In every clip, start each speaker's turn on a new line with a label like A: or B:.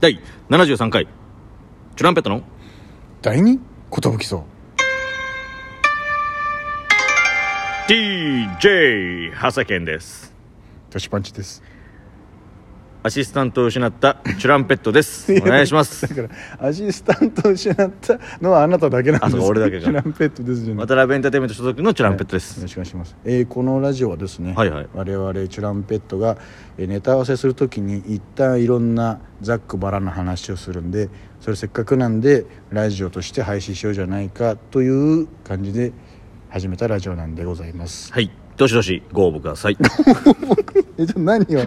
A: 第73回チュランペットの
B: 第二寿荘
A: DJ 長谷健です
B: トシパンチです
A: アシスタントを失ったチュランペットですお願いします
B: だからアシスタントを失ったのはあなただけなんです
A: あそう俺だけか
B: トランペットですじゃない
A: 渡辺エンターテインメント所属のチュランペットで
B: よ
A: す
B: ろしくお願いします、えーこのラジオはですね、
A: はいはい
B: 我々チュランペットがえーネタ合わせするときに一旦いろんなざっくばらんな話をするんでそれせっかくなんでラジオとして配信しようじゃないかという感じで始めたラジオなんでござい ます
A: はいどしどしご応募ください
B: えじゃあ何を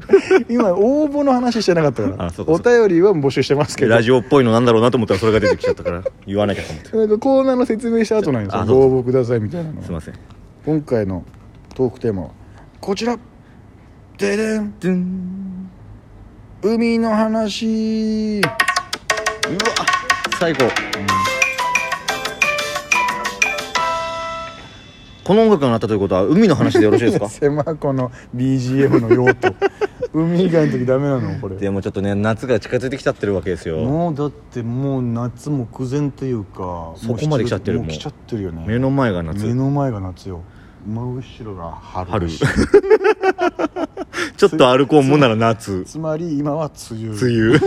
B: 今応募の話してなかったから
A: あそうかそ
B: お
A: うか
B: 便りは募集してますけど
A: ラジオっぽいのなんだろうなと思ったらそれが出てきちゃった から言わなきゃと思って
B: なんかコーナーの説明した後なんですよ
A: あそう
B: ご応募くださいみたいなの
A: すいません
B: 今回のトークテーマはこちらででん
A: ドゥン
B: 海の話
A: うわ最高、この音楽が鳴ったということは海の話でよろしい ですか
B: 狭この BGM の用 途海以外の時ダメなのこれ
A: でもちょっとね夏が近づいてきちゃってるわけですよ
B: もうだってもう夏目前というか
A: そこまで来ちゃってる
B: もう
A: もう
B: 来ちゃってるよね
A: 目の前が夏
B: 目の前が夏よ真後ろが春
A: 春ちょっと歩こうもんなら夏
B: つまり今は梅雨
A: 梅雨 こ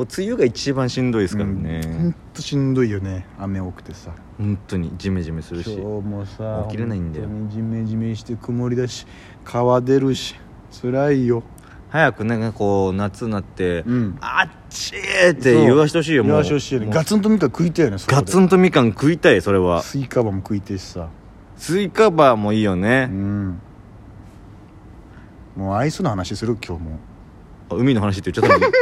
A: う梅雨が一番しんどいですから
B: うんほん
A: ね、
B: としんどいよね雨多くてさ
A: 本当にジメジメする
B: 今
A: し
B: 日もさ
A: 起きれないんだよ
B: 本当にジメジメして曇りだし川出るし辛いよ
A: 早くなんかこう夏になって、
B: うん
A: あっちーって言わしてほしいよ
B: もう
A: もう
B: 言わしてほしいよね
A: もう
B: ガツンとみかん食いたいよねそこで
A: ガツンとみかん食いたいそれは
B: スイカバも食いてえしさ
A: スイカバーもいいよ
B: う
A: ね、
B: んもうアイスの話する今日も
A: あ海の話って言っちゃ ったもん
B: だか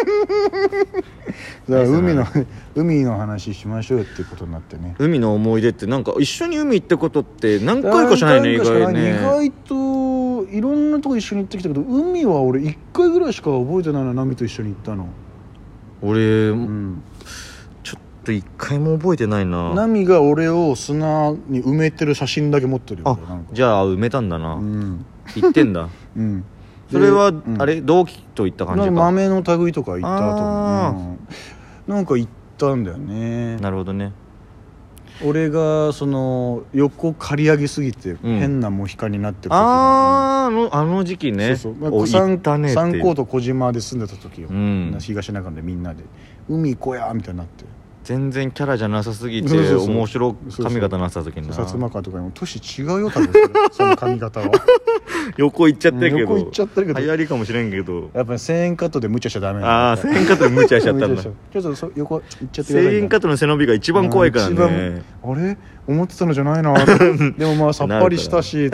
B: ら
A: アイスの話
B: 海の 海の話しましょうよってことになってね
A: 海の思い出ってなんか一緒に海行ったことって何回かしないね意
B: 何回かしかな
A: 外
B: い
A: ね
B: 意外といろんなとこ一緒に行ってきたけど海は俺1回ぐらいしか覚えてないなナミと一緒に行ったの
A: 俺、
B: うん
A: ちょっと一回も覚えてないな
B: ナミが俺を砂に埋めてる写真だけ持ってるよ
A: あ
B: なんか
A: じゃあ埋めたんだな、
B: うん
A: 行って んだ
B: うん
A: それは、
B: で
A: あれ同期といった
B: な
A: 感
B: ん
A: じ
B: か
A: か
B: 豆の類とか行った
A: あー
B: 後も、うん、なんか行ったんだよね
A: なるほどね
B: 俺がその横刈り上げすぎて
A: ん
B: 変なモヒカンになってる時の
A: あーあのあの時期ね
B: そうそう
A: お行ったねって
B: 三
A: いう
B: 高と小島で住んでた時よ、
A: うん
B: 東中でみんなで「海行こうや」みたいになって
A: 全然キャラじゃなさすぎて
B: そうそうそう
A: 面白髪型なさた時にな
B: 薩摩川とかにも「年違うよ多分それその 髪型は」
A: 横行っちゃってるけど
B: 横行っちゃってるけど
A: 流行りかもしれんけど
B: やっぱり1000円カットで無茶しちゃダメ
A: ああ
B: なの
A: 1000円カットで無茶しちゃった んだ
B: ちょっとそ横行っちゃってください
A: 1000円カットの背伸びが一番怖いから
B: 一番
A: ね
B: あれ思ってたのじゃな いなでもまあさっぱりしたし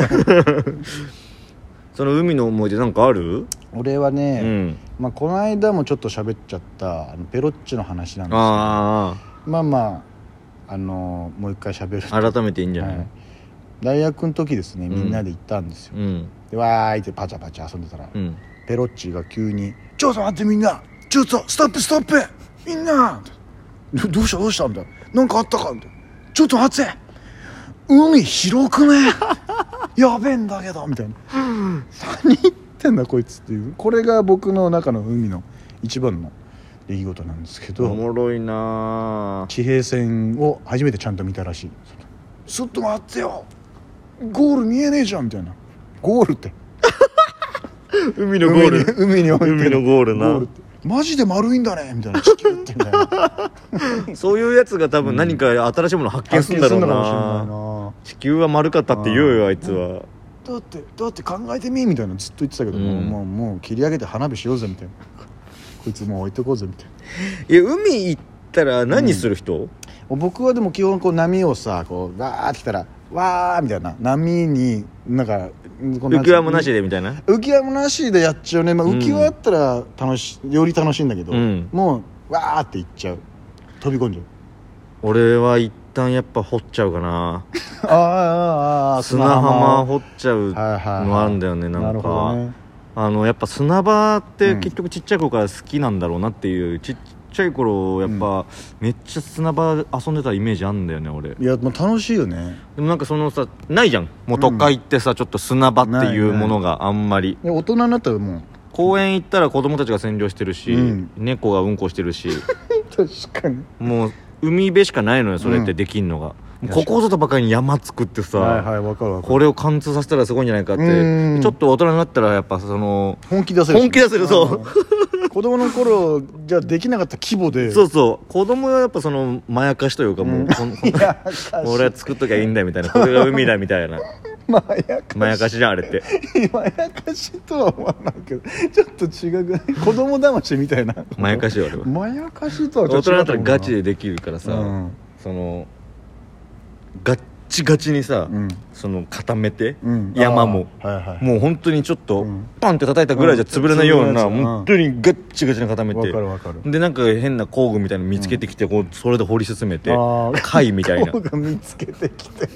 A: その海の思い出なんかある、
B: 俺はね、
A: うん
B: まあ、この間もちょっと喋っちゃったあのペロッチの話なんですけど
A: あ
B: まあまあ、あのもう一回喋る
A: あ改めていいんじゃな、
B: はいい、大学の時ですね
A: ん
B: みんなで行ったんですよ、
A: うん
B: でわーいってパチャパチャ遊んでたら、
A: うん
B: ペロッチが急に「ちょっと待ってみんなちょっとストップストップみんな!」どどうしたどうした?」みたいな「なんかあったか?」みたいな「ちょっと待って海広くね やべえんだけど」みたいな「何言ってんだこいつ」っていうこれが僕の中の海の一番の出来事なんですけ
A: お
B: ど
A: もろいなあ
B: 地平線を初めてちゃんと見たらしい「ちょっと待ってよゴール見えねえじゃん」みたいな「ゴール」って
A: 海のゴール
B: 海に海に置いてる
A: 海のゴールな
B: ってマジで丸いんだねみたいな地球ってみたいな
A: そういうやつが多分何か新しいもの 発見するんだろう
B: 発見するのかもし
A: な,、地球は丸かったって言うよあいつは
B: れないなだってだって考えてみみたいなずっと言ってたけど、
A: うん
B: もうもうもう切り上げて花火しようぜみたいなこいつもう置いとこうぜみたいない
A: や海行ったら何する人、
B: 僕はでも基本こう波をさこうわーってきたらわーみたいな波になんかこう
A: 浮き輪もなし
B: で
A: でみたいな
B: 浮き輪もなしでやっちゃうね、まあ、
A: うん
B: 浮き輪あったら楽し、より楽しいんだけど、
A: うん
B: もうわーっていっちゃう飛び込ん じゃう
A: 俺は一旦やっぱ掘っちゃうかな
B: あーあーあー
A: 砂浜
B: を
A: 掘っちゃうのあるんだよねな
B: なんる
A: か
B: ほどね
A: あのやっぱ砂場って
B: うん
A: 結局ちっちゃい頃から好きなんだろうなっていうちっちゃい頃やっぱめっちゃ砂場遊んでたイメージあんだよね俺
B: いやもう楽しいよね
A: でもなんかそのさないじゃんもう都会ってさちょっと砂場っていうものがあんまり
B: で大人になったらもう
A: 公園行ったら子供たちが占領してるし、
B: うん
A: 猫がうんこしてるし
B: 確かに
A: もう海辺しかないのよそれってできんのが、
B: うん
A: ここぞとばかりに山作ってさ、
B: はいはいわかるわかる
A: これを貫通させたらすごいんじゃないかっ
B: う
A: て
B: ん
A: ちょっと大人になったらやっぱその
B: 本気出せるし
A: 本気出せるそう
B: うん子供の頃じゃできなかった規模で
A: そうそう子供はやっぱそのまやかしというかもう、こん、
B: いやかし
A: 俺は作っときゃいいんだみたいなこれが海だみたいな
B: まやかし
A: まやかしじゃんあれって
B: まやかしとは思わないけどちょっと違くない子供騙しみたいな
A: まやかしよ俺は
B: まやかしとはち
A: 大
B: ょっと
A: 人
B: 違
A: だ
B: う
A: った
B: と
A: ら
B: 思うな
A: ガチでできるからさ、
B: うん
A: そのガッチガチにさ、
B: うん
A: その固めて、
B: うん
A: 山も、
B: あーはいはい
A: もう本当にちょっと、
B: うん
A: パンって叩いたぐらいじゃ潰れないような、
B: うん潰れないやつ
A: 本当にガッチガチに固めて、
B: わかるわかる
A: でなんか変な工具みたいなの見つけてきて、こうそれで掘り進めて
B: あー
A: 貝みた いな
B: 僕が見つけてきて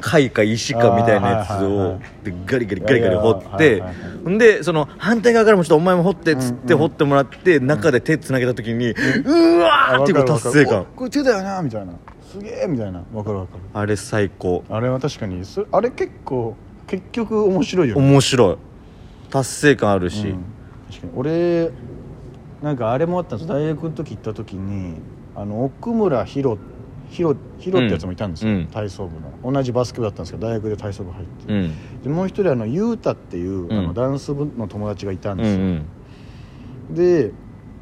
A: 貝か石かみたいなやつ
B: あーはいはい
A: を
B: は
A: でガリガリガリガリ掘って
B: はいはいはい
A: んでその反対側からもちょっとお前も掘ってっつっ
B: うん
A: て
B: うん
A: 掘ってもらって中で手つなげた時にうわーっていうこう達成
B: お
A: 感
B: これ手だよなみたいなすげえみたいなわかるわかる
A: あれ最高
B: あれは確かにそれあれ結構結局面白いよね
A: 面白い達成感あるし
B: うん確かに俺なんかあれもあったんです大学の時行った時にあの奥村ひろひろひろってやつもいたんですよ、
A: うん
B: 体操部の同じバスケ部だったんですけど大学で体操部入って、
A: うん
B: でもう一人あのゆうたっていう、あ
A: う
B: の
A: ん
B: ダンス部の友達がいたん
A: うん
B: で
A: う
B: す
A: ん
B: よ、で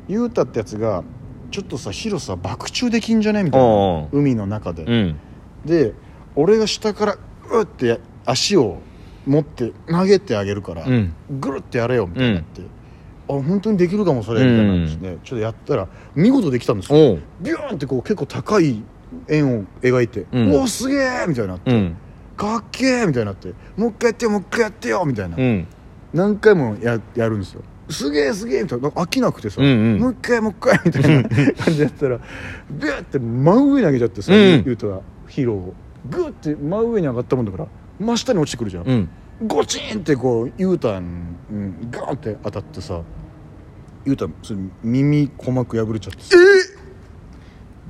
B: ゆうたってやつがちょっとさ広さ爆中できんじゃねみたい
A: おうお
B: な
A: う
B: 海の中で、
A: うん
B: で俺が下からうって足を持って投げてあげるから、
A: うん
B: ぐるってやれよみたいになって、あ本当にできるかもそれみたいなですね、ちょっとやったら見事できたんですよ
A: おう
B: ビューンってこう結構高い円を描いて、
A: うん
B: おおすげえみたいになって、
A: うん
B: かっけえみたいになってもう一回やってよもう一回やってよみたいな、
A: うん
B: 何回もややるんですよすげえすげえみたいななんか飽きなくてさ、
A: うんうん
B: もう一回もう一回みたいな感じだったらビューって真上に投げちゃってさ、
A: うん
B: ゆうたらヒーローをグーって真上に上がったもんだから真下に落ちてくるじゃん、
A: うん
B: ゴチンってこう U ターン、うん、ガーンって当たってさ U ターンそれ耳鼓膜破れちゃってさ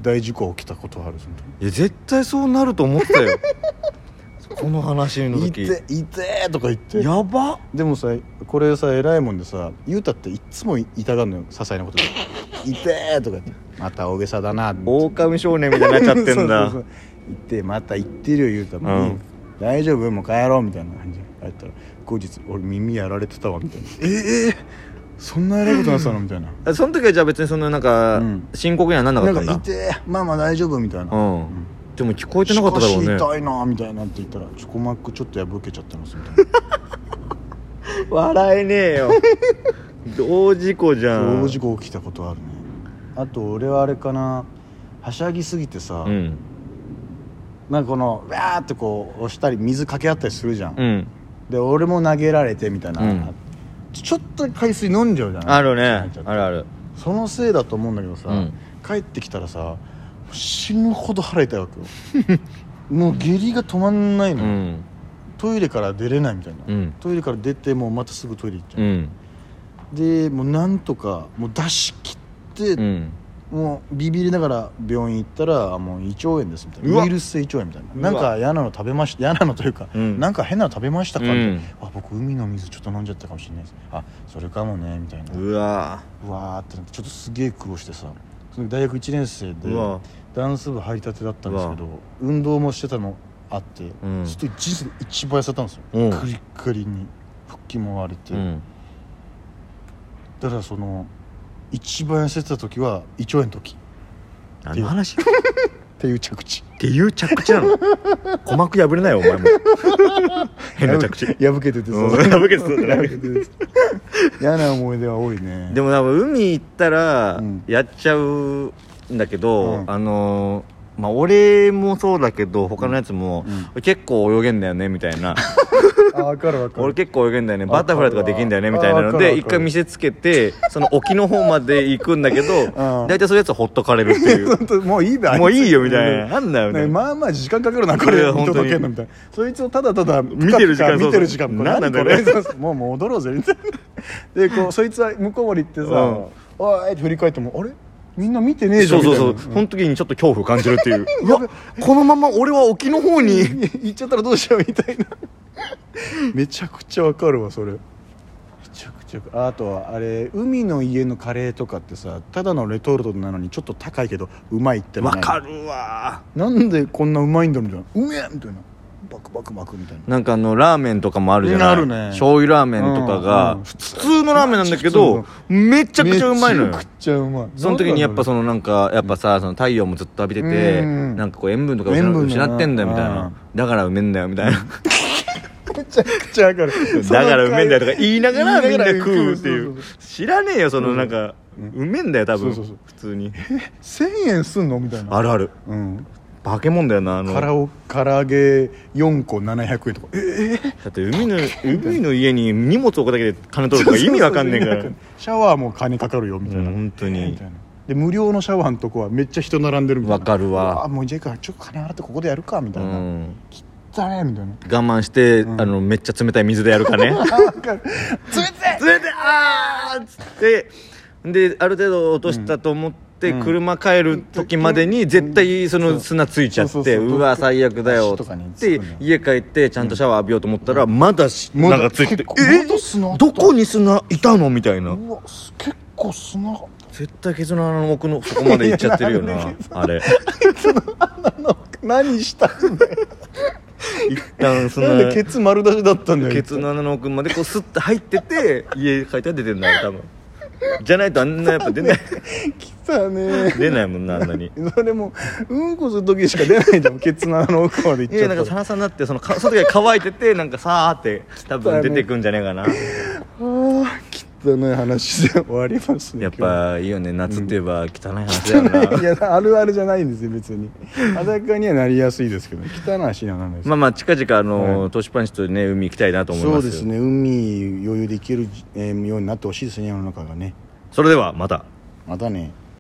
B: 大事故起きたことあるその時
A: いや絶対そうなると思ってた よこの話の
B: 「い
A: 時
B: ていて」とか言って
A: や ばっ
B: でもさこれさ偉いもんでさ U タっていっつも痛がるのよ些細なこ とで「いて」とか言って「また大げさだな」
A: 狼少年みたいになっちゃってんだ
B: そうそうそう行ってまた行ってるよ言うたのに、
A: うん
B: 大丈夫もう帰ろうみたいな感じで帰ったら後日俺耳やられてたわみたいなええそんな偉いことなってたのみたいな
A: あその時はじゃあ別にそのなんか、
B: うん
A: 深刻にはなんなか
B: な
A: った
B: ん
A: ん
B: か
A: だ
B: いてえまあまあ大丈夫みたいな、
A: うん、でも聞こえてなかっただろう
B: し
A: ね
B: かし痛いなみたいなって言ったら「チョコマックちょっと破けちゃったんです」みたいな
A: 笑えねえ よ同事故じゃん
B: 大事故起きたことあるねあと俺はあれかなはしゃぎすぎてさ、
A: うん
B: なんかこのわーってこう押したり水かけ合ったりするじゃん、
A: うん
B: で俺も投げられてみたいな、
A: うん
B: ちょっと海水飲んじゃうじゃない
A: あるね
B: ちょっと
A: あるある
B: そのせいだと思うんだけどさ、
A: うん
B: 帰ってきたらさ死ぬほど腹痛いわけ よもう下痢が止まんないうのよ、
A: ん
B: トイレから出れないみたいな、
A: うん
B: トイレから出てもうまたすぐトイレ行っちゃ
A: う
B: う、
A: ん
B: でもうなんとかもう出し切って、
A: うん
B: もうビビりながら病院行ったらあもう胃腸炎ですみたいうな
A: わ
B: ウイルス性胃腸炎みたいなな
A: うんわ
B: か嫌なの食べました嫌なのというか、
A: うん
B: なんか変なの食べましたか、みたいな
A: うん
B: あ僕海の水ちょっと飲んじゃったかもしれないですあそれかもねみたいな
A: うわ
B: うわーってなってちょっとすげえ苦労してさその大学1年生
A: うわ
B: でダンス部入りたてだったんですけど運動もしてたのあって、
A: うん
B: ちょっと人生で一番痩せたんですよ、
A: うん
B: クリックリに腹筋も割れて、
A: うん
B: だからその一番痩せてた時は胃腸炎の時っ
A: 何の話って
B: いう着地
A: ていう着地な の鼓膜破れないよお前も 変な着地
B: 破け破けててさ
A: うん破けてたじゃない
B: 破けてて嫌な思い出は多いね
A: でも多分海行ったら
B: うん
A: やっちゃうんだけど、
B: うん
A: あのーまあ俺もそうだけど他のやつも、
B: う
A: 結構泳げんだよねみたい な
B: あ分かる分かる
A: 俺結構泳げんだよねバタフライとかできんだよねみたいなの
B: わかる
A: で
B: わかる
A: 一回見せつけてその沖の方まで行くんだけど大体そういうやつはほっとかれるっていう
B: 本当もういいべあつ
A: もういいよみたいななんだよみた
B: ね
A: いな
B: まあまあ時間かかるな
A: い
B: これ
A: や本当に
B: 届けんのみたいなそいつをただただ
A: 見てる時間
B: プカプカ見てる時間
A: そうそう
B: これ
A: なんなん
B: こ
A: だよ
B: れ
A: ね
B: そうそう もう戻ろうぜみたいなでこうそいつは向こうまで行ってさ
A: うん
B: 「おい」って振り返っても「あれみんな見てねえじゃ
A: そ
B: ん」
A: う
B: みた
A: そ
B: いうな
A: そう、その時にちょっと恐怖感じるっていうう
B: やべ
A: わこのまま俺は沖の方に
B: 行っちゃったらどうしようみたいなめちゃくちゃわかるわそれちょくちょくああとはあれ海の家のカレーとかってさただのレトルトなのにちょっと高いけどうまいっての
A: わ
B: ない
A: かるわ
B: なんでこんなうまいんだろうみたいなうめえみたいなバクバク巻くみたいな
A: なんかあのラーメンとかもあるじゃない
B: あるね
A: 醤油ラーメンとか
B: うん
A: が
B: うん
A: 普通のラーメンなんだけどめちゃくちゃうまいのよ
B: めちゃくちゃうまい
A: その時にやっぱそのなんかやっぱさその太陽もずっと浴びてて
B: うん
A: なんかこう塩分とか
B: 塩
A: 失
B: 分だな
A: 失ってんだよみたい
B: うん
A: なだからうめえんだよみた いな
B: めちゃくちゃわかる
A: だからうめえんだよとか言いながらみんな食うってい
B: そうそそ
A: 知らねえよそのなんか
B: うん
A: うめえんだよ多分
B: そうそうそう
A: 普通に
B: そう1000円すんのみたいな
A: あるある
B: うん
A: 化け物だよなあの
B: カラオ唐揚げ4個700円とか え
A: だって海の海の家に荷物置くだけで金取るとか意味わかんねえから
B: そうそうそうシャワーも金かかるよみたいな、
A: うん本当に
B: みたいなで無料のシャワーのとこはめっちゃ人並んでるみたいな
A: わかるわ
B: あもうジェイカちょっと金払ってここでやるかみた
A: う
B: いな、
A: ん
B: だねみたいな
A: 我慢して、
B: うん
A: あのめっちゃ冷たい水でやるか ね
B: あわかる冷たい
A: 冷たいあーっつってである程度落としたと思って、
B: うん
A: 車帰る時までに絶対その砂ついちゃって、
B: そううそうそう
A: わ最悪だよ
B: 足とかに
A: っ
B: つく
A: て
B: のよ
A: 家帰ってちゃんとシャワー浴びようと思ったら、まだし
B: ま
A: な
B: だ
A: んかついてて
B: 結構
A: え
B: まだ砂あった
A: どこに砂いたのみたいな
B: うわす結構砂
A: 絶対ケツの穴の奥のそこまで行っちゃってるよ
B: い やな
A: なん
B: で
A: あれ
B: 何したんだよ
A: 一旦そ
B: なん
A: の
B: でケツ丸出しだったんだよ
A: ケツの穴の奥までこうスッて入って て家帰ったら出てんだよ多分じゃないとあんなやっぱ 出ない
B: 来たね
A: 出ないもんなあんなに
B: それもうんこする時しか出ないじゃんケツのあの奥ま
A: い
B: で行っち
A: や
B: ゃ
A: なんか
B: った
A: サ
B: ら
A: ラサラになってそのかその時は乾いててなんかさーって多分出てくんじゃねえか な
B: あー汚い話で終わりますね
A: やっぱいいよね夏って言えば汚 い話だよ
B: 今
A: な、
B: 日 いやあるあるじゃないんですよ別に裸にはなりやすいですけど汚い話にはならないです、
A: まあまあ近々あの、
B: は
A: トシパンチとね海行きたいなと思い
B: そ
A: ま
B: う
A: す
B: ですね海余裕で行ける、えーようになってほしいですね世の中がね
A: それではまた
B: またね